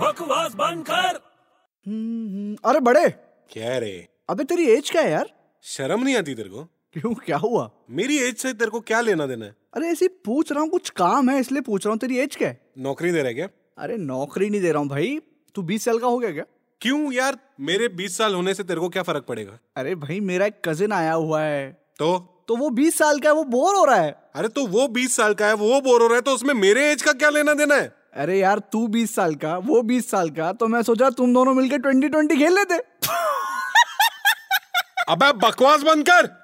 बकवास बंद कर अरे बड़े क्या रे अबे तेरी एज क्या है यार शर्म नहीं आती तेरे को क्यों क्या हुआ मेरी एज से तेरे को क्या लेना देना है अरे ऐसे ही पूछ रहा हूँ कुछ काम है इसलिए पूछ रहा हूँ तेरी एज क्या है नौकरी दे रहा है क्या अरे नौकरी नहीं दे रहा हूँ भाई तू बीस साल का हो गया क्या क्यों यार मेरे 20 साल होने से तेरे को क्या फर्क पड़ेगा अरे भाई मेरा एक कजिन आया हुआ है तो तो वो बीस साल का है वो बोर हो रहा है अरे तो वो 20 साल का है वो बोर हो रहा है तो उसमें मेरे एज का क्या लेना देना है अरे यार तू बीस साल का वो बीस साल का तो मैं सोचा तुम दोनों मिलकर ट्वेंटी ट्वेंटी खेल लेते अबे बकवास बंद कर